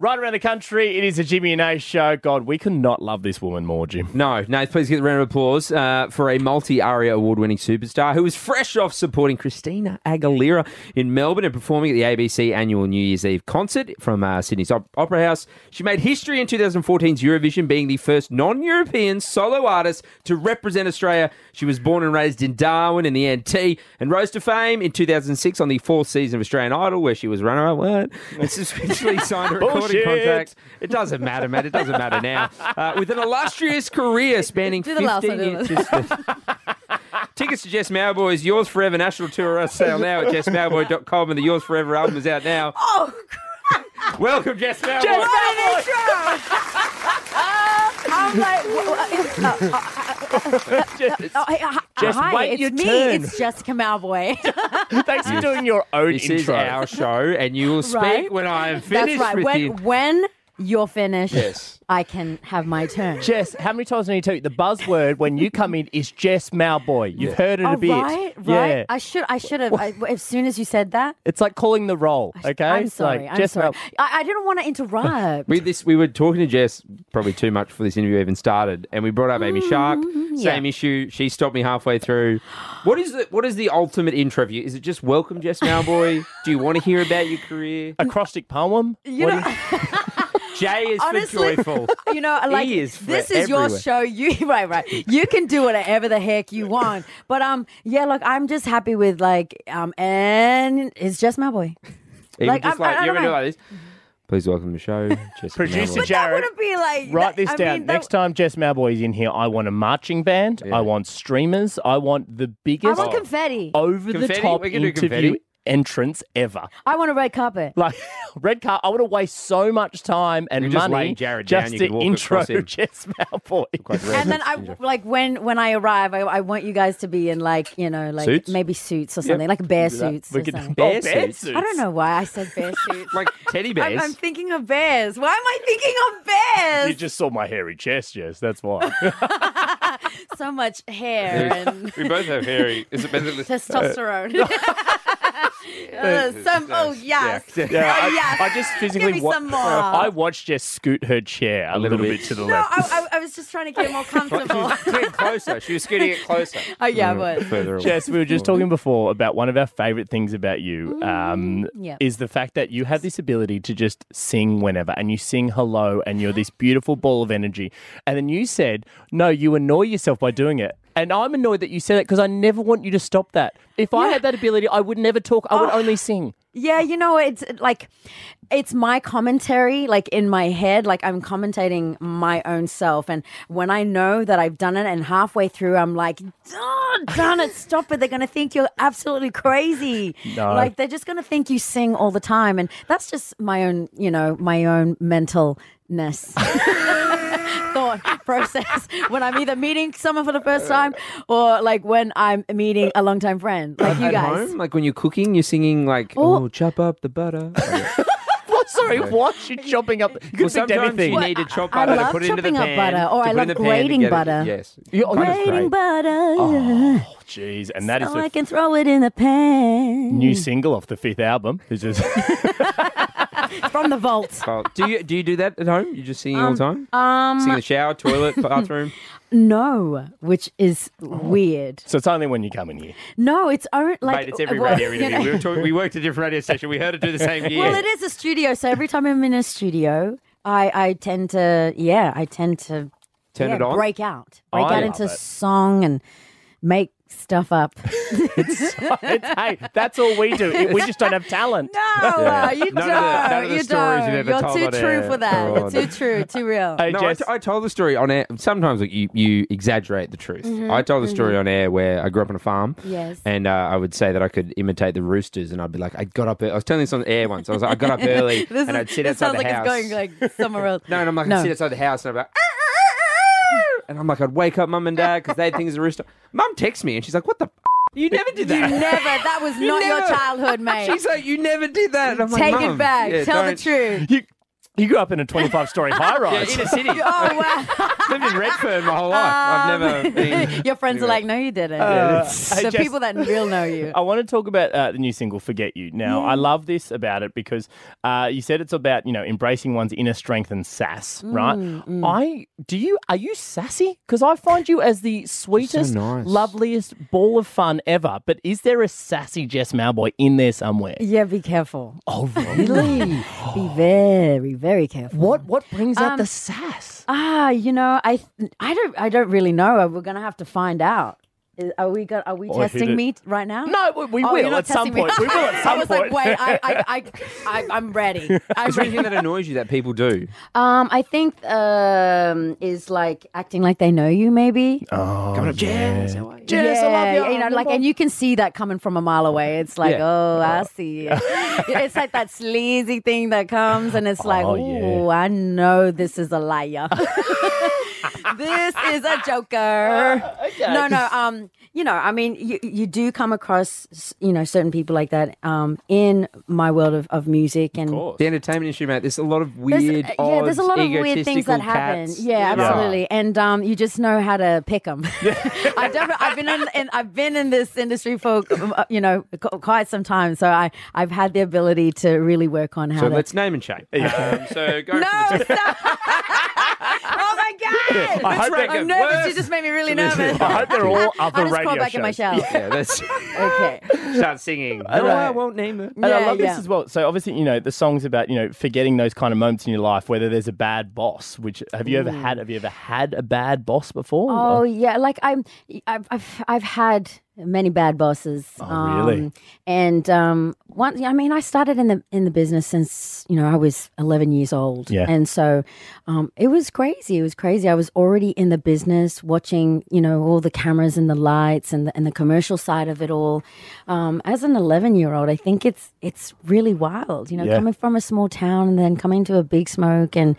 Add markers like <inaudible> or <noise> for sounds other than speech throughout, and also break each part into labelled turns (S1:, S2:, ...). S1: Right around the country, it is a Jimmy and A show. God, we could not love this woman more, Jim.
S2: No, no, please give a round of applause uh, for a multi ARIA award winning superstar who was fresh off supporting Christina Aguilera in Melbourne and performing at the ABC annual New Year's Eve concert from uh, Sydney's Op- Opera House. She made history in 2014's Eurovision, being the first non European solo artist to represent Australia. She was born and raised in Darwin in the NT and rose to fame in 2006 on the fourth season of Australian Idol, where she was runner up. What? <laughs> And subsequently signed a recording
S1: Bullshit.
S2: contract. It doesn't matter, man. It doesn't matter now. Uh, with an illustrious career spanning
S3: Do the last
S2: 15
S3: one,
S2: years.
S3: do
S2: <laughs> Tickets to Jess Mowboy's Yours Forever National Tour are on sale now at jessmowboy.com and the Yours Forever album is out now.
S3: Oh,
S2: Welcome, Jess Mowboy.
S3: what an intro! <laughs> I'm like, wha- wha- oh, oh, hey, hi-
S1: Just
S3: hi,
S1: wait
S3: it's
S1: your
S3: me.
S1: turn.
S3: It's Jessica Malboy.
S1: <laughs> Thanks for doing your own
S2: This is
S1: intro.
S2: our show and you will speak
S3: Right.
S2: when I am finished
S3: <laughs> That's right.
S2: with
S3: When
S2: you.
S3: when you're finished,
S2: Yes.
S3: I can have my
S1: <laughs>
S3: turn.
S1: Jess, how many times do I need to tell you the buzzword when you come in is Jess Malboy? You've heard it
S3: Oh,
S1: a bit.
S3: right, right.
S1: Yeah.
S3: I should, I should have. I, as soon as you said that,
S1: it's like calling the roll, okay?
S3: I'm
S1: It's
S3: sorry.
S1: like,
S3: I'm
S1: Jess
S3: sorry.
S1: Mal-
S3: I, I didn't want to interrupt.
S2: We this we were talking to Jess probably too much before this interview even started, and we brought up Amy Shark.
S3: Mm-hmm. yeah.
S2: Same issue. She stopped me halfway through. What is the what is the ultimate intro view? Is it just welcome, Jess Mowboy? Do you want to hear about your career?
S1: Acrostic poem?
S3: You
S1: What
S3: know-
S1: do you-
S2: J is
S3: Honestly-
S2: for joyful.
S3: you know, <laughs> like
S2: is for
S3: this is your
S2: everywhere.
S3: show. You <laughs> right, right. You can do whatever the heck you want. But um, yeah. Look, I'm just happy with like um, and it's just my boy.
S2: Even
S3: Like,
S2: just
S3: I'm- I-
S2: like
S3: I
S2: you ever
S3: don't
S2: do
S3: know.
S2: like this. Please welcome to the show, Jessica
S1: Producer Jack- <laughs>
S2: Mowboy.
S1: Jared,
S3: that wouldn't be like
S1: Write
S3: that-
S1: this
S3: I
S1: down.
S3: mean, that-
S1: Next time Jess Malboy is in here, I want a marching band. I want streamers. I want the
S3: I
S1: biggest
S3: want confetti.
S1: over the
S2: Confetti?
S1: top
S2: We can do
S1: interview
S2: confetti.
S1: entrance ever.
S3: I want a red carpet.
S1: Like <laughs> red car, I want to waste so much time and
S2: You just
S1: money
S2: lay Jared down,
S1: just
S2: you
S1: to
S2: can walk
S1: intro
S2: across
S1: <laughs>
S2: him.
S1: Jess Malboy. <laughs>
S2: Quite rare.
S3: And then I like when when I arrive, I, I want you guys to be in like you know like
S2: Suits?
S3: maybe suits or something like bear suits or
S1: could-
S3: something.
S2: Bear
S1: Oh,
S2: suits.
S3: I don't know why I said
S2: <laughs>
S3: bear suits.
S2: like teddy
S3: I'm,
S2: bears.
S3: <laughs> I'm thinking of bears. Why am I thinking of bears?
S1: You just saw my hairy chest, Jess. That's
S3: <laughs>
S1: why.
S3: so much hair and
S2: we both have hairy. Is it better than
S3: testosterone.
S1: <laughs>
S3: <laughs> Uh, some, oh yes,
S1: Yeah,
S3: oh
S1: I,
S3: yes.
S1: I just physically
S3: me
S1: wa-
S3: some more.
S1: <laughs> I watched Jess scoot her chair a, little,
S2: little
S1: bit.
S2: bit.
S1: to the
S3: no,
S1: left.
S3: I, I, I was just trying to
S1: <laughs>
S3: get more comfortable.
S2: closer. She was scooting it closer.
S3: oh <laughs> yeah, I
S1: Mm.
S3: was.
S2: Further away.
S1: Jess, we were just talking before about one of our favourite things about you um,
S3: Mm, yeah.
S1: is the fact that you have this ability to just sing whenever and you sing hello and you're this
S3: <laughs>
S1: beautiful ball of energy. And then you said, no, you annoy yourself by doing it. And I'm annoyed that you said that because I never want you to stop that. If I had that ability, I would never talk. I would
S3: Oh.
S1: only sing.
S3: Yeah, you know, it's like it's my commentary, like in my head, like I'm commentating my own self. And when I know that I've done it, and halfway through, I'm like, oh, darn it, stop it! They're gonna think you're absolutely crazy.
S1: No.
S3: Like they're just gonna think you sing all the time, and that's just my own, you know, my own mentalness. <laughs> thought process when I'm either meeting someone for the first time or like when I'm meeting a longtime friend like you
S2: At
S3: guys
S2: home, like when you're cooking, you're singing like,
S3: Oh.
S2: "Oh, chop up the
S3: <laughs>
S2: butter."
S1: What? Sorry, what? You're chopping up. You
S2: Well,
S1: could think
S2: sometimes
S1: anything.
S2: you need to chop
S3: I
S2: butter to
S3: love
S2: put into the
S3: chopping up
S2: pan.
S3: butter, or
S2: to
S3: I
S2: put
S3: love
S2: in the pan to
S3: grating
S2: get it-
S3: butter.
S2: Yes,
S1: You're-
S2: Butter's
S3: Grating
S2: great.
S3: butter.
S1: Oh, jeez. And that is
S3: so
S1: the
S3: I Mm. can throw it in the pan.
S1: new single off the fifth album. It's just
S3: From the vault.
S2: Oh, do you do you do that at home? You just singing all the time?
S3: Um,
S2: Sing in the shower, toilet, bathroom.
S3: <laughs> no, which is weird.
S1: <laughs> so it's only when you come in here.
S3: No, it's own, <laughs> like
S2: Mate, it's every
S3: well,
S2: radio
S3: you
S2: interview.
S3: know- <laughs>
S2: We, were talking, we worked at a different radio station. We heard it do the same year.
S3: Well, it is a studio, so every time I'm in a studio, I I tend to yeah, I tend to
S2: Turn
S3: yeah,
S2: it on.
S3: break out,
S1: I
S3: break out
S1: love
S3: into
S1: it.
S3: song and make
S2: <laughs>
S3: stuff up.
S1: It's, hey, that's all we do. It- we just don't have talent.
S3: No, uh,
S2: None
S3: you
S2: of
S3: don't.
S2: the- none of the
S3: you
S2: stories
S3: don't.
S2: you've ever
S3: You're
S2: told
S3: too
S2: on
S3: true
S2: air
S3: for that.
S2: are
S3: You're
S2: on-
S3: too true, too real.
S1: Hey,
S2: No, I
S1: Jess,
S2: t- I told the story on air. Sometimes like, you, you exaggerate the truth. I told the story on air where I grew up on a farm.
S3: Mm-hmm, Yes.
S2: And uh, I would say that I could imitate the roosters, and I'd be like, I got up. ear- I was telling this on the air once. I was like, I got
S3: <laughs>
S2: up early,
S3: This
S2: and
S3: is-
S2: I'd sit
S3: this
S2: outside the
S3: sounds like
S2: house.
S3: it's going like somewhere else.
S2: <laughs> no, and I'm like, I'd sit outside the house, and I'm like, "Ah, and I'm like, I'd wake up mum and dad because they think it's a rooster. Mum texts me, and she's like, What the? F-? You never did
S3: You
S2: that.
S3: never.
S2: <laughs>
S3: That was not your
S2: never- <laughs>
S3: childhood, mate.
S2: She's like, you never did that. And I'm like,
S3: Take it
S2: "Mum,
S3: back.
S2: yeah,
S3: Tell the
S2: don't."
S3: <laughs> truth.
S1: you, You grew up in a 25 story
S3: <laughs>
S1: high
S2: Yeah,
S1: rise.
S2: in a city.
S3: Oh wow!
S2: Lived in Redfern my whole life. I've
S3: Ah.
S2: never been.
S3: <laughs> Your friends are
S2: Anyway.
S3: like, "No, you didn't." <laughs>
S1: that's-
S3: the
S1: Uh, I just-
S3: people that real
S1: <laughs>
S3: know you.
S1: I want to talk about uh, the new single "Forget You." Now,
S3: Mm.
S1: I love this about it because uh, you said it's about you know embracing one's inner strength and sass,
S3: Mm,
S1: right? I do you are you sassy? Because I find you as the sweetest,
S2: nice.
S1: loveliest ball of fun ever. But is there a sassy Jess Malboy in there somewhere?
S3: Yeah, be careful.
S1: Oh,
S3: <laughs>
S1: really?
S3: Be very, very careful.
S1: what what brings out
S3: Um,
S1: the sass?
S3: Ah, you know, I, I don't, I don't really know. Uh, We're gonna have to find out. Is- Are we going Are we
S1: I hit
S3: testing
S1: it.
S3: me t- right now?
S1: No, we, we
S3: Oh, you're
S1: will
S3: not
S1: at some
S3: testing me.
S1: point. We will at some
S3: <laughs> I was
S1: point.
S3: like, wait, I, I, I, I, I'm
S1: <laughs>
S3: ready. I'm
S2: Is there
S3: ready.
S2: anything that annoys you that people do?
S3: Um, I think um is like acting like they know you, maybe.
S2: Coming up, Jazz.
S1: Jess, I love you.
S3: you know, like, and you can see that coming from a mile away. It's like,
S2: Yeah.
S3: oh, I see it. <laughs> it's like that sleazy thing that comes, and it's like,
S1: Oh,
S3: oh,
S1: yeah.
S3: I know this is a liar. this is a joker. No, no. Um, you know, I mean, you you do come across, you know, certain people like that. Um, in my world of, of music and
S2: The <laughs> entertainment industry, mate. There's a lot of
S3: there's- uh,
S2: weird,
S3: yeah, there's a lot of weird things that happen. Yeah, absolutely. And um, you just know how to pick them. I definitely, <laughs> I've been in, in, I've been in this industry for uh, you know qu- quite some time, so I I've had the ability to really work on how
S2: So
S3: to.
S2: let's name and shape. Um, so go.
S3: no,
S2: for the
S3: stop! <laughs> oh my
S1: <laughs>
S3: god!
S1: I hope
S2: that got
S3: I'm nervous. You
S2: worse.
S3: just made
S1: <laughs>
S3: me really nervous.
S1: I
S3: I
S1: hope they're all other
S3: just
S1: radio
S3: crawl back in my
S1: shows.
S3: shell.
S2: yeah, that's
S3: Okay.
S2: <laughs> start singing. No, I won't name it.
S1: And I
S3: Yeah,
S1: love
S3: yeah.
S1: this as well. So obviously, you know, the song's about, you know, forgetting those kind of moments in your life, whether there's a bad boss, which have you ever had have you ever had a bad boss before?
S3: Mm. Oh yeah, like I'm, I've, I've, I've had many bad bosses.
S1: Oh, really?
S3: um, And um, one, I mean, I started in the in the business since you know I was 11 years old.
S1: Yeah.
S3: And so, um, it was crazy. It was crazy. I was already in the business, watching you know all the cameras and the lights and the, and the commercial side of it all. Um, as an 11 year old, I think it's it's really wild. You know,
S1: Yeah.
S3: coming from a small town and then coming to a big smoke and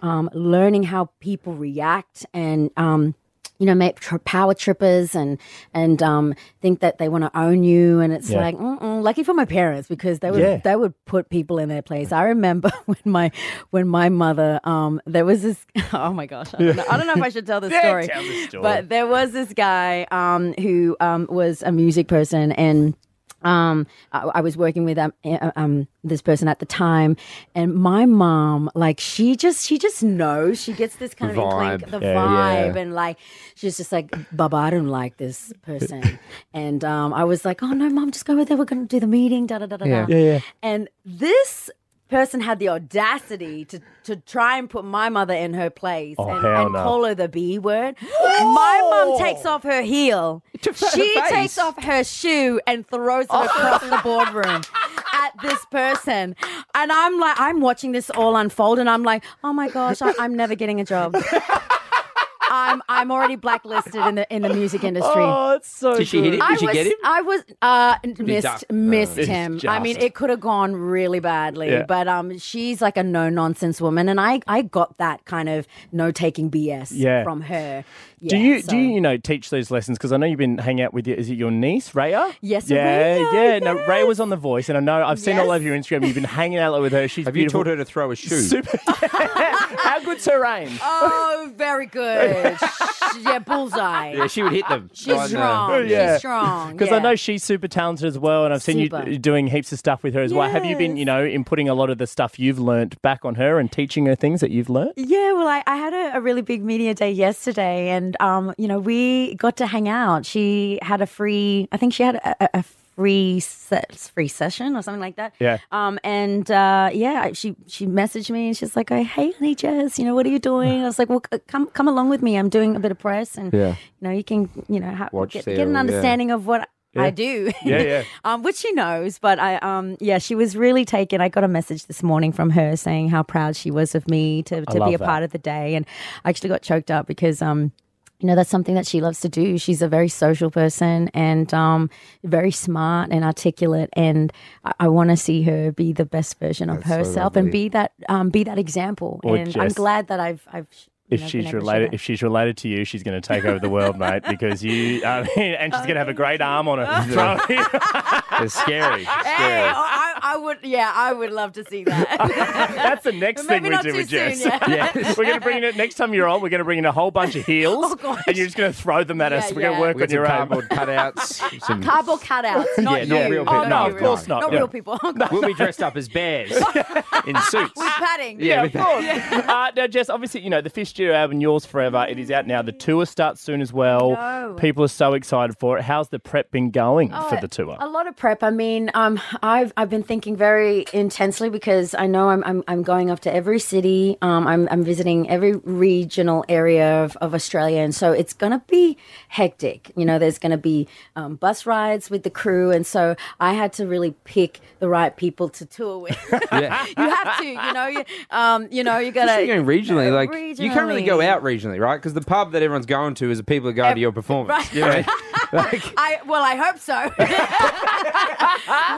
S3: um, learning how people react and um, you know make tr- power trippers and and um, think that they want to own you and it's
S1: Yeah.
S3: like mm-mm, lucky for my parents because they would
S1: Yeah.
S3: they would put people in their place. I remember <laughs> when my when my mother um, there was this <laughs> oh my gosh I don't, know, I don't know if I should tell this story,
S1: tell the story.
S3: but there was this guy um, who um, was a music person and um, I, I was working with um, uh, um, this person at the time, and my mom, like, she just she just knows. She gets this kind of
S2: Vibe.
S3: inkling, the
S1: Yeah,
S3: vibe, and like, she's just like, "Baba, I don't like this person." and um, I was like, "Oh no, mom, just go over there. We're gonna do the meeting." Da da da da.
S2: Yeah.
S3: da.
S1: Yeah, yeah.
S3: And this person had the audacity to to try and put my mother in her place and,
S1: Oh, hell
S3: and
S1: no.
S3: call her the B word. My mom takes off her heel.
S2: To fa-
S3: She
S2: the face.
S3: takes off her shoe and throws it across the boardroom at this person. And I'm like, I'm watching this all unfold and I'm like, oh my gosh, I, I'm never getting a job. I'm I'm already blacklisted in the in the music industry.
S1: Oh, it's so
S2: Did she hit it?
S1: good.
S2: Did
S3: I
S2: you
S3: was,
S2: get him?
S3: I was uh, missed
S2: duck?
S3: missed
S1: Oh.
S3: him.
S1: It's
S3: I mean,
S1: just-
S3: it could have gone really badly,
S1: Yeah.
S3: but um, she's like a no nonsense woman, and I I got that kind of no taking BS
S1: Yeah.
S3: from her.
S1: Do
S3: Yeah,
S1: you
S3: so-
S1: do you, you know teach those lessons? Because I know you've been hanging out with your is it your niece Raya?
S3: Yes,
S1: yeah,
S3: Raya,
S1: yeah. No,
S3: yes.
S1: Raya was on the Voice, and I know I've seen all
S3: Yes.
S1: over your Instagram. You've been hanging out with her. She's
S2: Have you
S1: beautiful.
S2: taught her to throw a shoe?
S1: Super. <laughs> How good's her aim?
S3: Oh, very
S1: <laughs>
S3: good. Sh- yeah, bullseye.
S2: Yeah, she would hit them.
S3: She's
S2: Right in the-
S1: Oh,
S3: strong.
S1: yeah.
S3: She's strong.
S1: <laughs> Because I
S3: yeah.
S1: know she's super talented as well, and I've seen
S3: Super.
S1: you d- doing heaps of stuff with her as well. Have you been, you know, inputting a lot of the stuff you've learnt back on her and teaching her things that you've learnt?
S3: Yeah, well, I, I had a, a really big media day yesterday, and um, you know, we got to hang out. She had a free, I think she had a, a- a free se- free session or something like that.
S1: Yeah.
S3: Um, and uh, yeah, she she messaged me, and she's like, "Oh, hey, honey, Jess, you know, what are you doing?" I was like, "Well, c- come come along with me. I'm doing a bit of press, and
S2: Yeah.
S3: you know, you can you know ha-
S2: Watch
S3: get,
S2: there,
S3: get an
S2: yeah.
S3: understanding of what." I do.
S1: E Yeah, yeah.
S3: um, which she knows, but I, um, yeah, she was really taken. I got a message this morning from her saying how proud she was of me to, to
S1: love
S3: be a
S1: that.
S3: part of the day, and I actually got choked up because, um, you know, that's something that she loves to do. She's a very social person and um, very smart and articulate, and I, I want to see her be the best version of herself and be that um, be that example.
S1: Or
S3: and I'm
S1: just-
S3: glad that I've I've.
S1: <laughs>
S3: you
S1: If
S3: know, been
S1: she's
S3: able to share
S1: related,
S3: that.
S1: if she's related to you, she's
S3: <laughs> Oh, <laughs>
S1: <laughs> going to take over the world, mate. Because you, I mean, and she's going to have a great arm on her.
S2: It's scary. scary.
S3: Hey, I, I would, yeah, I would love to
S1: <laughs>
S3: see that.
S1: That's the next thing we
S3: Maybe not
S1: do
S3: too
S1: with
S3: soon,
S1: Jess.
S3: yeah.
S1: <laughs>
S2: Yes.
S1: We're going to
S3: <laughs>
S1: bring in next time you're on. We're going to bring in a whole bunch of heels,
S3: Oh, gosh.
S1: and you're just going to throw them at us.
S3: Yeah,
S1: We're
S3: yeah.
S1: going to
S2: We
S1: work
S2: got
S1: on your
S2: some
S1: own.
S2: cardboard cutouts. some-
S3: Cardboard cutouts,
S2: <laughs>
S3: not
S2: Yeah,
S3: you.
S2: not real people.
S3: Oh,
S2: No,
S3: not
S2: of
S3: you.
S2: course
S1: not,
S3: Not
S1: no.
S2: <laughs>
S3: real people.
S2: We'll be dressed up as bears in
S3: <laughs>
S2: suits.
S3: Padding.
S2: Yeah,
S1: of course. uh, now, Jess, obviously, you know, the Fish Studio album, Yours Forever, it is out now. The tour starts soon as well.
S3: No.
S1: People are so excited for it. How's the prep been going for
S3: Oh,
S1: the tour?
S3: A lot of prep. I mean, um, I've I've been thinking very intensely because I know I'm I'm, I'm going up to every city. Um, I'm I'm visiting every regional area of, of Australia, and so it's gonna be hectic. You know, there's gonna be um, bus rides with the crew, and so I had to really pick the right people to tour with.
S2: <laughs> Yeah.
S3: <laughs> you have to, you know, you, um, you know, you gotta.
S2: Especially going regionally, like you can't really go
S3: Regionally.
S2: out regionally, right? Because the pub that everyone's going to is the people that go to your performance.
S3: right.
S2: You know?
S3: <laughs>
S2: like,
S3: I well, I
S2: <laughs>
S3: hope so. <laughs>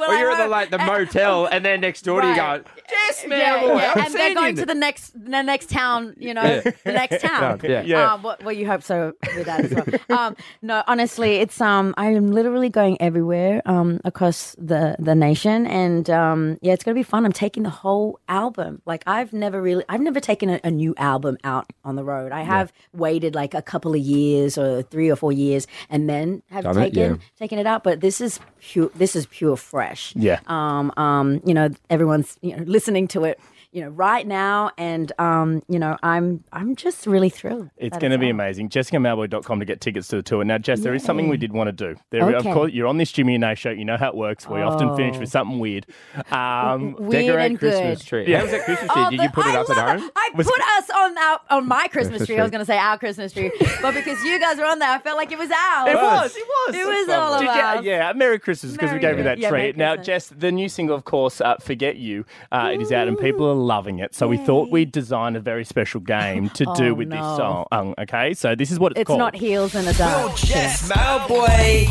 S3: well,
S2: or
S3: I
S2: you're at the
S3: hope-
S2: like the
S3: <laughs>
S2: motel, and then next door to you
S3: Right.
S2: go, yes, man,
S3: yeah,
S2: well, I
S3: yeah.
S2: haven't
S3: and they're
S2: seen
S3: going
S2: you
S3: to
S2: in <laughs>
S3: the next the next town, you know,
S2: Yeah.
S3: the
S2: <laughs>
S3: next town.
S2: Yeah.
S1: Yeah.
S3: Um, well, well, you hope so with that as well. um, no, honestly, it's um, I am literally going everywhere um across the the nation, and um, yeah, it's gonna be fun. I'm taking the whole album. Like I've never really, I've never taken a, a new album out on the road. I have waited like a couple of years or three or four years, and then have
S2: Done it,
S3: taken
S2: yeah.
S3: taking it out. But this is pure. This is pure fresh.
S1: Yeah.
S3: Um. Um. You know, everyone's you know <laughs> listening to it. You know, right now, and um, you know, I'm I'm just really thrilled.
S1: It's
S3: that
S1: going to be
S3: out.
S1: amazing. JessicaMalboy.com to get tickets to the tour. Now, Jess, there is something we did want to do. There, Of
S3: Okay. Oh.
S1: course, you're on this Jimmy and Nay show. You know how it works. We often finish with something weird. Um,
S3: <laughs> Weird
S2: Decorate
S3: and
S2: Christmas
S3: good.
S2: tree.
S1: Yeah.
S2: How was that Christmas tree?
S3: Oh,
S2: Did
S3: the-
S2: you put it
S3: <laughs> I
S2: up at
S3: love
S2: home?
S3: it. I put us on our, on my Christmas
S2: Christmas
S3: tree. I
S2: tree.
S3: was going to say our Christmas tree, but because you guys were on there, I felt like it was ours.
S1: It was. It was.
S3: It was all of
S1: Did you-
S3: us.
S1: yeah, Merry Christmas because we
S3: Merry
S1: gave you
S3: Christmas.
S1: that
S3: Yeah, Merry
S1: treat. Now,
S3: Christmas.
S1: Jess, the new single, of course, uh, "Forget You," uh, it is out and people are loving it. So we thought we'd design a very special game to do
S3: Oh,
S1: with this
S3: no.
S1: song. Um, okay, so this is what it's,
S3: It's
S1: called.
S3: not heels and a dart.
S4: Yes, my boy.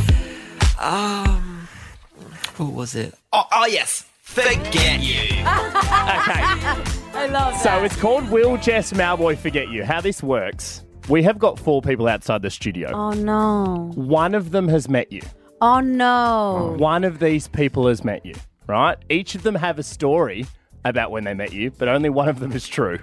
S4: Um, who was it? Oh, oh yes. Forget you.
S3: I love that.
S1: So it's called "Will Jess Malboy Forget You." How this works? We have got four people outside the studio.
S3: oh no!
S1: One of them has met you.
S3: Oh no!
S1: One of these people has met you, right? Each of them have a story about when they met you, but only one of them is true.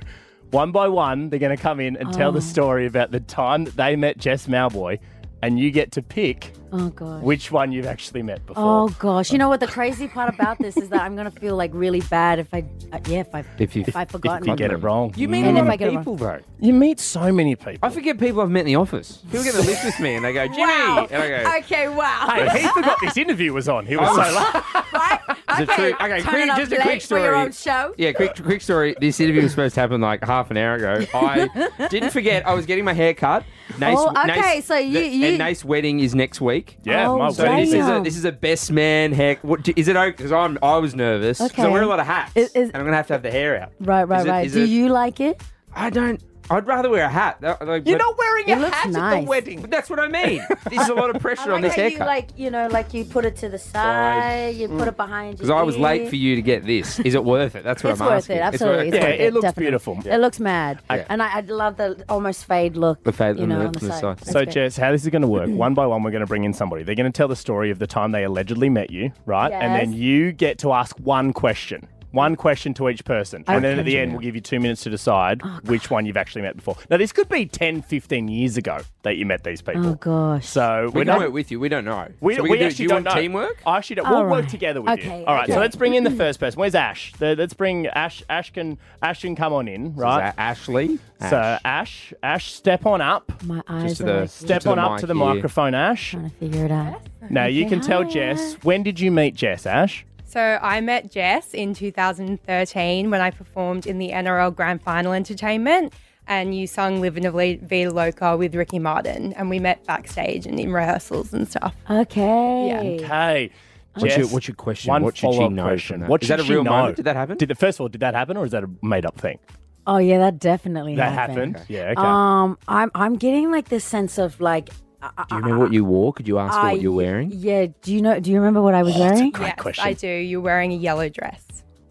S1: One by one, they're going to come in and tell
S3: Oh.
S1: the story about the time that they met Jess Malboy, and you get to pick
S3: Oh god!
S1: which one you've actually met before.
S3: Oh gosh! You know what? The crazy part about this is that I'm gonna feel like really bad if I, uh, yeah, if I,
S2: If you- <laughs>
S3: I
S2: if you
S3: forgotten.
S1: you get it wrong.
S2: You meet
S3: And
S2: a
S3: if I
S2: lot
S3: get
S2: of
S3: it wrong.
S2: people though.
S1: You meet so many people.
S2: I forget people I've met in the office. People get in the lift with me and they go, Jimmy,
S3: Wow.
S2: and I go,
S3: <laughs> Okay. Wow.
S1: Hey, he forgot this interview was on. He was <laughs> so late.
S3: right?
S2: Is it
S3: Okay.
S2: true? Okay,
S3: turn
S2: quick-
S3: it up
S2: just a
S3: late
S2: quick
S3: for your
S2: story.
S3: own show.
S2: Yeah, quick quick story. This interview was supposed to happen like half an hour ago.
S3: <laughs>
S2: I didn't forget. I was getting my hair cut. Nace,
S3: Oh, okay,
S2: Nace-
S3: so you-
S2: the-
S3: you-
S2: and Nace's wedding is next week.
S1: Yeah,
S3: Oh,
S1: my
S2: So
S1: word.
S2: this is a
S3: Damn.
S2: this is a best man hair. What, do- is it okay? Because I'm I was nervous. Okay. I
S3: Okay.
S2: wear a lot of hats,
S3: Is- is-
S2: and I'm gonna have to have the hair out.
S3: Right, right,
S2: Is it-
S3: right.
S2: is
S3: Do
S2: it-
S3: you like it?
S2: I don't. I'd rather wear a hat.
S1: You're not wearing
S3: It
S1: a
S3: looks
S1: hat at
S3: nice.
S1: the wedding.
S2: That's what I mean.
S3: <laughs>
S2: This is a lot of pressure on this
S3: you
S2: haircut.
S3: like you know like you put it to the side, you put it behind.
S2: Because I was late for you to get this. Is it worth it? That's what
S3: It's
S2: I'm
S3: worth
S2: asking.
S3: it. Absolutely,
S2: It's
S3: it's
S1: Yeah,
S2: worth
S3: worth
S1: it looks
S3: definitely.
S1: beautiful.
S3: It looks mad,
S2: Yeah.
S3: and I, I love the almost fade look.
S2: The fade
S3: you
S2: on
S3: know,
S2: the-
S3: on the,
S2: on the
S3: side.
S2: side.
S3: That's
S1: So,
S3: great.
S1: Jess, how this is going to
S3: <clears throat>
S1: work? one by one, we're going to bring in somebody. They're going to tell the story of the time they allegedly met you, right? And then
S3: Yes.
S1: you get to ask one question. One question to each person. And then at the end, we'll give you two minutes to decide
S3: Oh,
S1: which one you've actually met before. Now, this could be 10, 15 years ago that you met these people.
S3: oh gosh.
S1: So,
S2: We
S1: we're
S2: can
S1: not.
S2: work with you. We don't know.
S1: We,
S2: So
S1: we,
S2: can do-
S1: actually
S2: do you
S1: don't
S2: want
S1: know.
S2: teamwork?
S1: I actually don't.
S3: All
S1: we'll work
S3: right.
S1: together with
S3: Okay,
S1: you. All right, so
S3: okay.
S1: let's bring in
S3: <clears throat>
S1: the first person. Where's Ash? The- Let's bring Ash. Ash can Ash can come on in, right?
S2: Is that Ashley.
S1: So Ash, Ash, step on up.
S3: my
S2: Just
S3: eyes
S2: to
S3: are
S2: the-
S3: like
S1: Step
S2: To the
S1: on up
S2: mic
S1: to the
S2: here.
S1: microphone, Ash.
S3: trying to figure it out.
S1: Now you
S3: Okay,
S1: can tell
S3: hi,
S1: Jess. When did you meet Jess, Ash?
S5: So I met Jess in 2013 when I performed in the NRL Grand Final Entertainment, and you sung "Living La Vida Loca" with Ricky Martin, and we met backstage and in rehearsals and stuff.
S3: Okay.
S1: Okay.
S2: What's
S1: Jess,
S2: your- what's your question?
S1: One
S2: What should she
S1: follow-up
S2: know from
S1: question.
S2: that?
S1: What
S2: Is
S1: should
S2: that a
S1: she
S2: real
S1: know?
S2: moment? Did that happen?
S1: Did the, first of all, did that happen, or is that a made-up thing?
S3: Oh yeah, that definitely
S1: That
S3: happened.
S1: happened. Yeah. Okay.
S3: Um, I'm I'm getting like this sense of like.
S2: Do you remember what you wore? Could you ask her
S3: I-
S2: what you're wearing? Oh,
S3: Yeah. Do you know? Do you remember what I was wearing?
S1: Great
S5: yes,
S1: question.
S5: I do. You're wearing a yellow dress.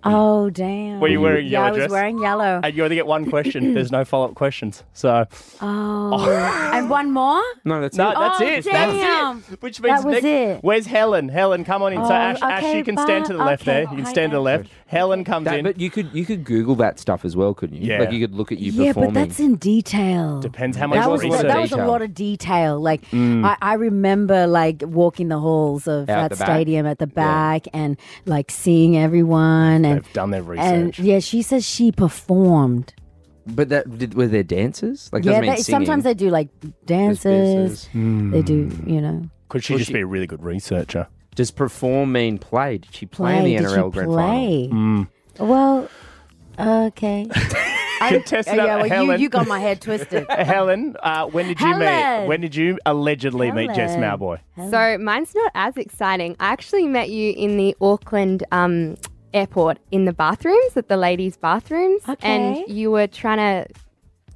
S3: Oh damn!
S1: Were you wearing
S3: yeah,
S1: yellow
S3: I was
S1: dress?
S3: wearing yellow.
S1: And you only get one question.
S3: <clears throat>
S1: There's no follow up questions. So <laughs>
S3: oh, and one more.
S2: No, that's
S1: no,
S2: it.
S1: that's
S3: Oh,
S1: it.
S3: damn.
S1: That's it. Which means
S3: That was
S1: next-
S3: it.
S1: where's Helen? Helen, come on in. so
S3: Oh,
S1: Ash, Ash,
S3: okay,
S1: you can
S3: bye.
S1: stand to the left
S3: Okay,
S1: there. You can
S3: hi,
S1: stand to the left. Helen comes
S2: That-
S1: in.
S2: but you could you could Google that stuff as well, couldn't you?
S1: Yeah.
S2: Like you could look at you
S3: Yeah,
S2: performing.
S3: but that's in detail.
S1: Depends how much
S3: That was,
S1: research.
S3: that was a
S2: Detail.
S3: lot of detail. Like
S1: Mm.
S3: I, I remember, like walking the halls of
S2: Out the
S3: that
S2: back.
S3: stadium at the back, and like seeing everyone. And
S1: They've done their
S3: and
S1: research.
S3: yeah, she says she performed.
S2: But that did, were there dances? Like
S3: yeah,
S2: doesn't mean
S3: they,
S2: singing. Mm.
S3: sometimes they do like
S2: There's
S3: dances.
S2: business.
S3: They do, you know,
S1: Could she
S2: Well,
S1: just
S2: she-
S1: be a really good researcher?
S2: Does perform mean play? Did she play,
S3: play.
S2: in the
S3: Did
S2: NRL
S3: she
S2: grand final?
S3: play? Well,
S2: <laughs>
S3: okay.
S1: Contestant
S3: yeah, well,
S1: Helen.
S3: you, you got my head twisted.
S1: Helen, uh, when did you meet?
S3: Helen.
S1: When did you allegedly meet Jess
S3: Helen.
S1: Mowboy?
S6: So mine's not as exciting. I actually met you in the Auckland um, airport in the bathrooms, at the ladies' bathrooms,
S3: Okay.
S6: and you were trying to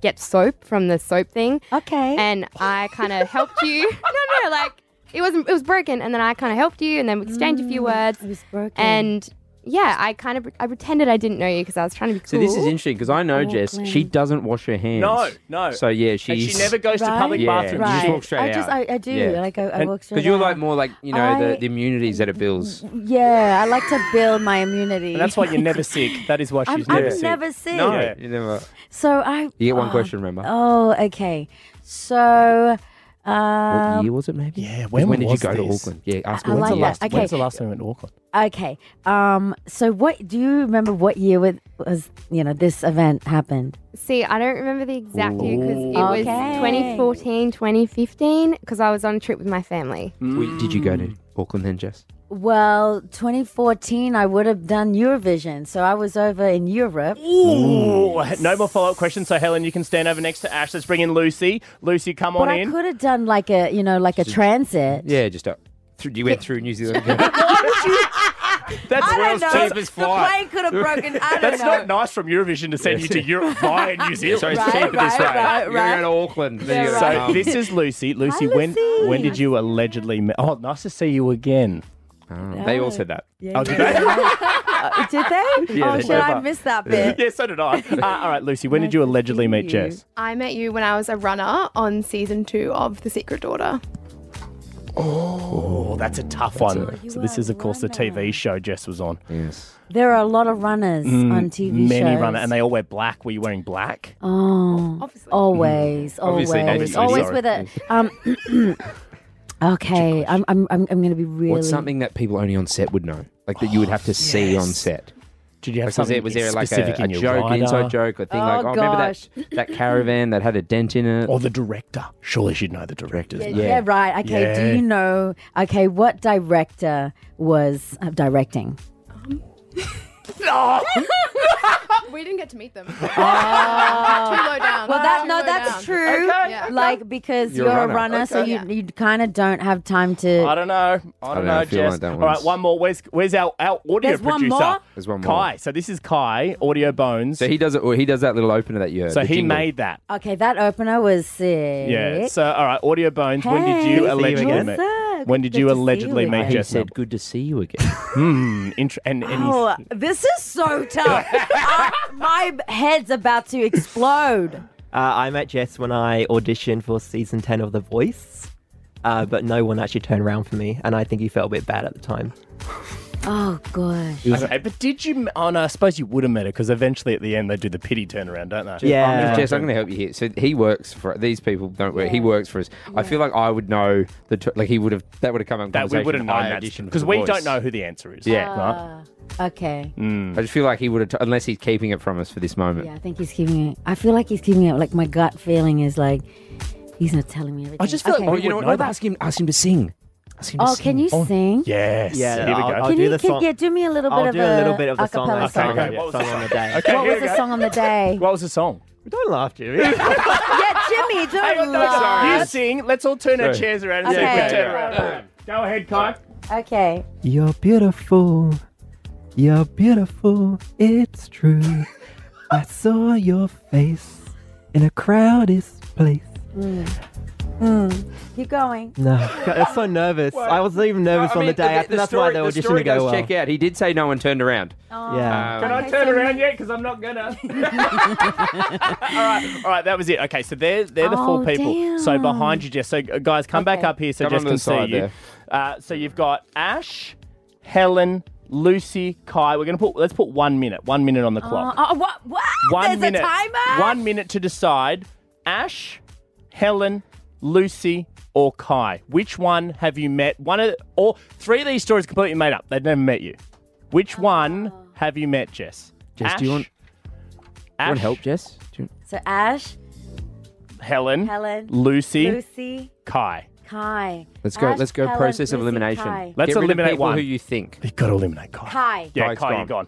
S6: get soap from the soap thing.
S3: Okay.
S6: And I kind of helped
S3: <laughs>
S6: you. No, no, like it wasn't. It was broken, and then I kind of helped you, and then we exchanged a
S3: Mm.
S6: few words.
S3: it was broken.
S6: And yeah, I kind of I pretended I didn't know you because I was trying to be
S2: So
S6: cool.
S2: this is interesting because I know Jess.
S3: Auckland.
S2: She doesn't wash her hands.
S1: No, no.
S2: So yeah,
S1: And
S2: she's
S1: she never goes to
S3: Right?
S1: public
S2: Yeah.
S1: bathrooms.
S2: You
S3: right.
S2: just walk straight
S3: I just,
S2: out.
S3: I, I do.
S2: Yeah.
S3: Like I, I
S1: And-
S3: walk straight.
S2: because you're
S3: out.
S2: like more like you know
S3: I-
S2: the, the immunities that it
S3: <laughs>
S2: builds.
S3: Yeah, I like to build my immunity.
S1: And that's why you're
S3: <laughs>
S1: never sick. That is why
S3: I'm,
S1: she's
S3: I'm
S1: never sick.
S3: never sick.
S2: No,
S1: Yeah.
S2: you never.
S3: So I.
S2: You get one
S3: oh,
S2: question. Remember
S3: Oh, okay. So.
S2: what
S3: Um,
S2: year was it? Maybe.
S1: Yeah,
S2: Because
S1: when
S2: when did you
S1: was
S2: go
S1: this?
S2: to Auckland? Yeah, ask
S3: I
S2: me when's
S3: like
S2: the
S3: that.
S2: last.
S3: Okay.
S1: When's the last time you went to Auckland?
S3: okay. Um. So, what do you remember? What year with, was you know this event happened?
S6: See, I don't remember the exact year because
S1: Ooh.
S6: it was
S3: Okay.
S6: 2014, 2015 because I was on a trip with my family.
S2: Wait, Did you go to Auckland then, Jess?
S3: Well, 2014, I would have done Eurovision, so I was over in Europe.
S1: Ooh, no more follow up questions. So, Helen, you can stand over next to Ash. Let's bring in Lucy. Lucy, come
S3: But
S1: on
S3: I
S1: in.
S3: could have done like a you know like a transit.
S2: Yeah, just up. Through, you
S3: <laughs>
S2: went through New Zealand.
S1: That's
S3: I don't
S1: world's
S3: know.
S2: cheapest
S3: the
S2: flight.
S3: plane could have broken. I don't
S1: That's
S3: know.
S1: not nice from Eurovision to send you to Europe via <laughs> New Zealand.
S2: <laughs> Sorry, it's
S3: Right,
S2: cheaper this
S3: right,
S2: way.
S3: right,
S2: You're going
S3: right.
S2: to Auckland. then you're
S1: So
S2: gonna come.
S3: <laughs>
S1: this is Lucy. Lucy, when
S3: Lucy.
S1: when did you allegedly meet? Oh, nice to see you again.
S2: Oh, they all said that.
S1: Oh, did they?
S3: Uh, Did they?
S2: Yeah,
S3: oh,
S2: they
S3: shit,
S2: did.
S3: I missed that bit.
S1: <laughs> yeah, so did
S3: <laughs>
S1: I. Uh, all right, Lucy, when did you allegedly meet Jess?
S7: I met you when I was a runner on season two of The Secret Daughter.
S1: Oh, that's a tough one. so this is, of course, the TV show Jess was on.
S2: Yes.
S3: There are a lot of runners on TV shows.
S1: Mm, Many runner, and they all wear black. Were you wearing black?
S3: Oh,
S7: Obviously.
S3: always, always,
S2: Obviously,
S3: always,
S2: obviously, sorry.
S3: with a. Um, <clears throat> okay, I'm, I'm, I'm, I'm going to be really.
S2: What's something that people only on set would know? Like that you would have to see on set.
S1: Did you have
S2: Oh, Like, was
S1: something
S2: there, was there like a,
S1: specific
S2: a
S1: in your
S2: joke, an
S1: rider?
S2: inside joke, a thing like,
S3: Oh,
S2: oh, remember that, that caravan that had a dent in it?
S1: Or the director? Surely she'd know the director's name.
S3: Yeah, right. Okay,
S1: Yeah.
S3: do you know? Okay, what director was uh, directing?
S7: We didn't get to meet them. Too low down.
S3: Oh. Well, that
S7: Too
S3: no,
S7: low
S3: that's
S7: down.
S3: true.
S7: Yeah.
S3: Like because
S2: You're
S3: you're,
S2: a
S3: a
S2: runner.
S3: runner, so you you kind of don't have time to.
S1: I don't know. I don't,
S2: don't
S1: know,
S2: know, I feel
S1: Jess.
S2: like that
S1: All
S2: one's-
S1: right, one more. Where's where's our, our audio
S3: There's one
S1: producer?
S3: more?
S2: There's one more.
S1: Kai. So this is Kai, Audio Bones.
S2: So he does it. Or he does that little opener that you heard.
S1: So
S2: the
S1: he
S2: jingle.
S1: made that.
S3: Okay, that opener was sick.
S1: Yeah. So all right, Audio Bones. when did
S3: Hey. Good to see
S1: you
S3: you
S1: allegedly
S3: again.
S1: meet?
S3: What's up?
S1: When did
S3: Good
S1: you
S3: to see
S1: allegedly
S3: you
S1: meet
S3: again.
S2: He
S1: Jess?
S2: said, "Good to see you again."
S1: Hmm. Int- and and he's-
S3: Oh, this is so tough. I- my head's about to explode.
S8: Uh, I met Jess when I auditioned for season 10 of The Voice, uh, but no one actually turned around for me, and I think he felt a bit bad at the time.
S3: Oh gosh.
S1: okay, but did you? Oh no, I suppose you would have met her because eventually at the end they do the pity turnaround, don't they?
S8: Yeah.
S2: Jess, <laughs> I'm going to help you here. So he works for these people. Don't work. He works for us. I feel like I would know the t- like he would have that would have come up.
S1: That we would have known that because
S2: because
S1: we don't know who the answer is.
S2: Yeah.
S1: Right?
S3: Uh, Okay.
S2: I just feel like he would have t- unless he's keeping it from us for this moment.
S3: Yeah, I think he's keeping it. I feel like he's keeping it. Like my gut feeling is like he's not telling me everything.
S1: I just feel
S3: okay.
S1: like
S2: Oh,
S1: We
S2: you know
S1: would
S2: what?
S1: know
S2: No,
S1: that.
S2: ask him. Ask him to sing. Ask him to
S3: Oh,
S2: sing.
S3: can you sing?
S1: Yes.
S8: Yeah,
S1: Here we go.
S8: I'll- I'll-
S3: Can
S8: do
S3: you
S8: the
S3: can-
S8: song.
S3: yeah, do me a little
S8: I'll
S3: bit
S8: do
S3: of
S8: a little bit of the
S3: a
S8: song.
S3: cappella
S8: Okay,
S3: song.
S1: okay,
S8: Yeah,
S1: what was
S8: song
S1: the
S8: on the
S1: song?
S8: day.
S1: Okay,
S3: What
S1: here
S3: was
S1: we
S3: the
S1: go.
S3: song on the day?
S1: What was the song?
S8: Don't laugh, <laughs> Jimmy.
S3: yeah, Jimmy, do
S1: Hang on, no, sorry. You
S3: it.
S1: sing. Let's all turn our
S2: Sorry.
S1: chairs around and
S3: Okay.
S1: see if we
S3: Okay,
S1: turn around. Go ahead, Kai.
S3: Okay.
S8: You're beautiful. You're beautiful. It's true. I saw your face in a crowded place.
S3: Keep going.
S8: No, <laughs> God, I'm so nervous. I wasn't even nervous on the day. I think that's why the audition
S2: story
S8: would go
S2: does
S8: well.
S2: check out. He did say no one turned around.
S8: Yeah.
S2: Um,
S1: Can I
S3: Okay,
S1: turn
S3: so-
S1: around yet? Because I'm not gonna. all right, all right. That was it. Okay, so they're they're the four
S3: Oh,
S1: people. So
S3: damn.
S1: behind you, Jess. So uh, guys, come back
S3: Okay.
S1: up here so
S2: Come
S1: Jess
S2: onto the
S1: can see
S2: side
S1: you.
S2: there.
S1: Uh, so you've got Ash, Helen, Lucy, Kai. We're gonna put let's put one minute. One minute on the
S3: Oh,
S1: clock.
S3: oh, what? What?
S1: One
S3: There's
S1: minute.
S3: a timer.
S1: One minute to decide. Ash, Helen, Lucy, or Kai. Which one have you met? One of or three of these stories completely made up. They've never met you. Which
S3: Ah.
S1: one have you met, Jess?
S2: Jess, do you want-
S1: Ash,
S2: Want help, Jess? Do you-
S3: So Ash,
S1: Helen,
S3: Helen,
S1: Lucy,
S3: Lucy,
S1: Kai.
S3: Kai.
S2: Let's go.
S3: Ash,
S2: let's go.
S3: Helen,
S2: process of
S3: Lucy,
S2: elimination.
S3: Kai.
S1: Let's
S2: Get rid of
S1: eliminate
S2: people
S1: one.
S2: who you think.
S1: You got to eliminate Kai.
S3: Kai.
S1: Yeah,
S2: Kai's
S1: Kai, you're gone.
S2: gone.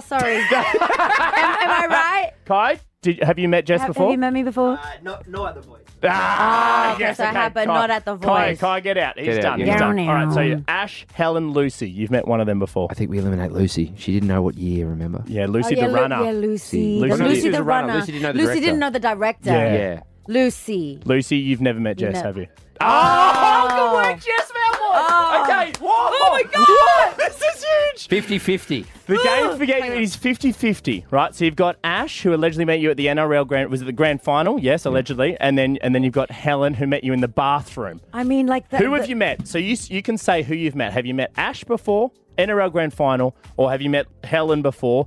S1: <laughs>
S3: sorry. am, am I right?
S1: Kai, did, have you met Jess
S3: Have, have
S1: before?
S3: you met me before?
S8: Uh, not, not at the voice.
S1: Ah,
S3: Oh, okay, so I have, but not at the
S1: Kai,
S3: voice.
S1: Kai, get out. He's
S2: Get out,
S1: done.
S2: get
S1: He's
S3: out.
S1: done. All right, so
S3: Down.
S1: you- Ash, Helen, Lucy. You've met one of them before.
S2: I think we eliminate Lucy. She didn't know what year. Remember?
S1: Yeah,
S3: Oh,
S1: Lucy
S3: yeah,
S1: the
S3: Lu-
S1: runner.
S3: yeah, Lucy.
S1: Lucy-
S3: Lucy,
S1: No, no, Lucy
S3: the,
S2: was a runner.
S3: runner.
S2: Lucy didn't know the director.
S3: didn't know the director.
S1: Yeah.
S2: Yeah.
S3: Lucy.
S1: Lucy, you've never met Jess,
S3: No.
S1: have you?
S3: Oh, good work,
S1: Jess Melbourne! Okay, whoa!
S3: Oh my God!
S1: This is huge!
S2: 50-50.
S1: The game for getting is 50 50, right? So you've got Ash, who allegedly met you at the NRL grand, was it the grand final? Yes, allegedly. And then and then you've got Helen, who met you in the bathroom.
S3: I mean, like the,
S1: Who
S3: the,
S1: have you met? So you, s- you can say who you've met. Have you met Ash before, NRL grand final, or have you met Helen before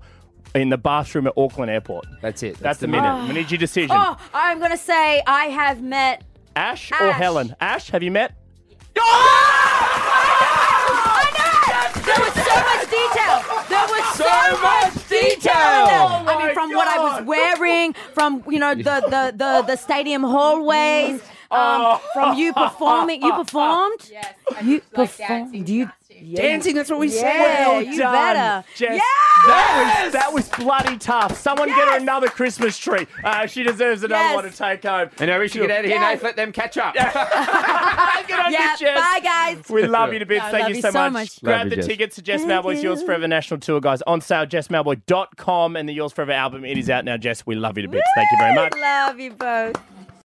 S1: in the bathroom at Auckland Airport?
S2: That's it.
S1: That's the
S2: the
S1: minute. We need your decision.
S3: Oh, I'm gonna say I have met.
S1: Ash, or
S3: Ash.
S1: Helen? Ash, have you met? Oh!
S3: I know. There was so much detail. There was so, much detail.
S1: Oh
S3: I
S1: my
S3: mean, from what I
S1: God.
S3: was wearing, from you know the the the, the stadium hallways, um,
S2: Oh.
S3: from you performing. You performed.
S5: Yes,
S3: You performed. Do you? Yeah,
S2: Dancing, that's what we
S3: yeah,
S2: said.
S1: Well
S3: you
S1: done,
S3: better.
S1: Jess.
S3: Yeah.
S1: That was that was bloody tough. Someone get her
S3: Yes.
S1: another Christmas tree. Uh, she deserves another
S3: Yes.
S1: one to take home.
S2: And now we should get out of here,
S3: Yeah.
S2: Nath. Let them catch up.
S1: Good on you,
S3: Yeah.
S1: Jess.
S3: Bye, guys.
S1: We love you to bits.
S3: No,
S1: Thank
S3: love
S1: you
S3: you
S1: so
S3: so
S1: much.
S3: much.
S2: Love
S1: Grab
S2: you,
S1: the
S2: Jess.
S1: tickets to Jess Malboy's Yours Forever National Tour, guys. On sale, jessmalboy.com. And the Yours Forever album, it is out now, Jess. We love you to bits. Thank you very much.
S3: Love you both.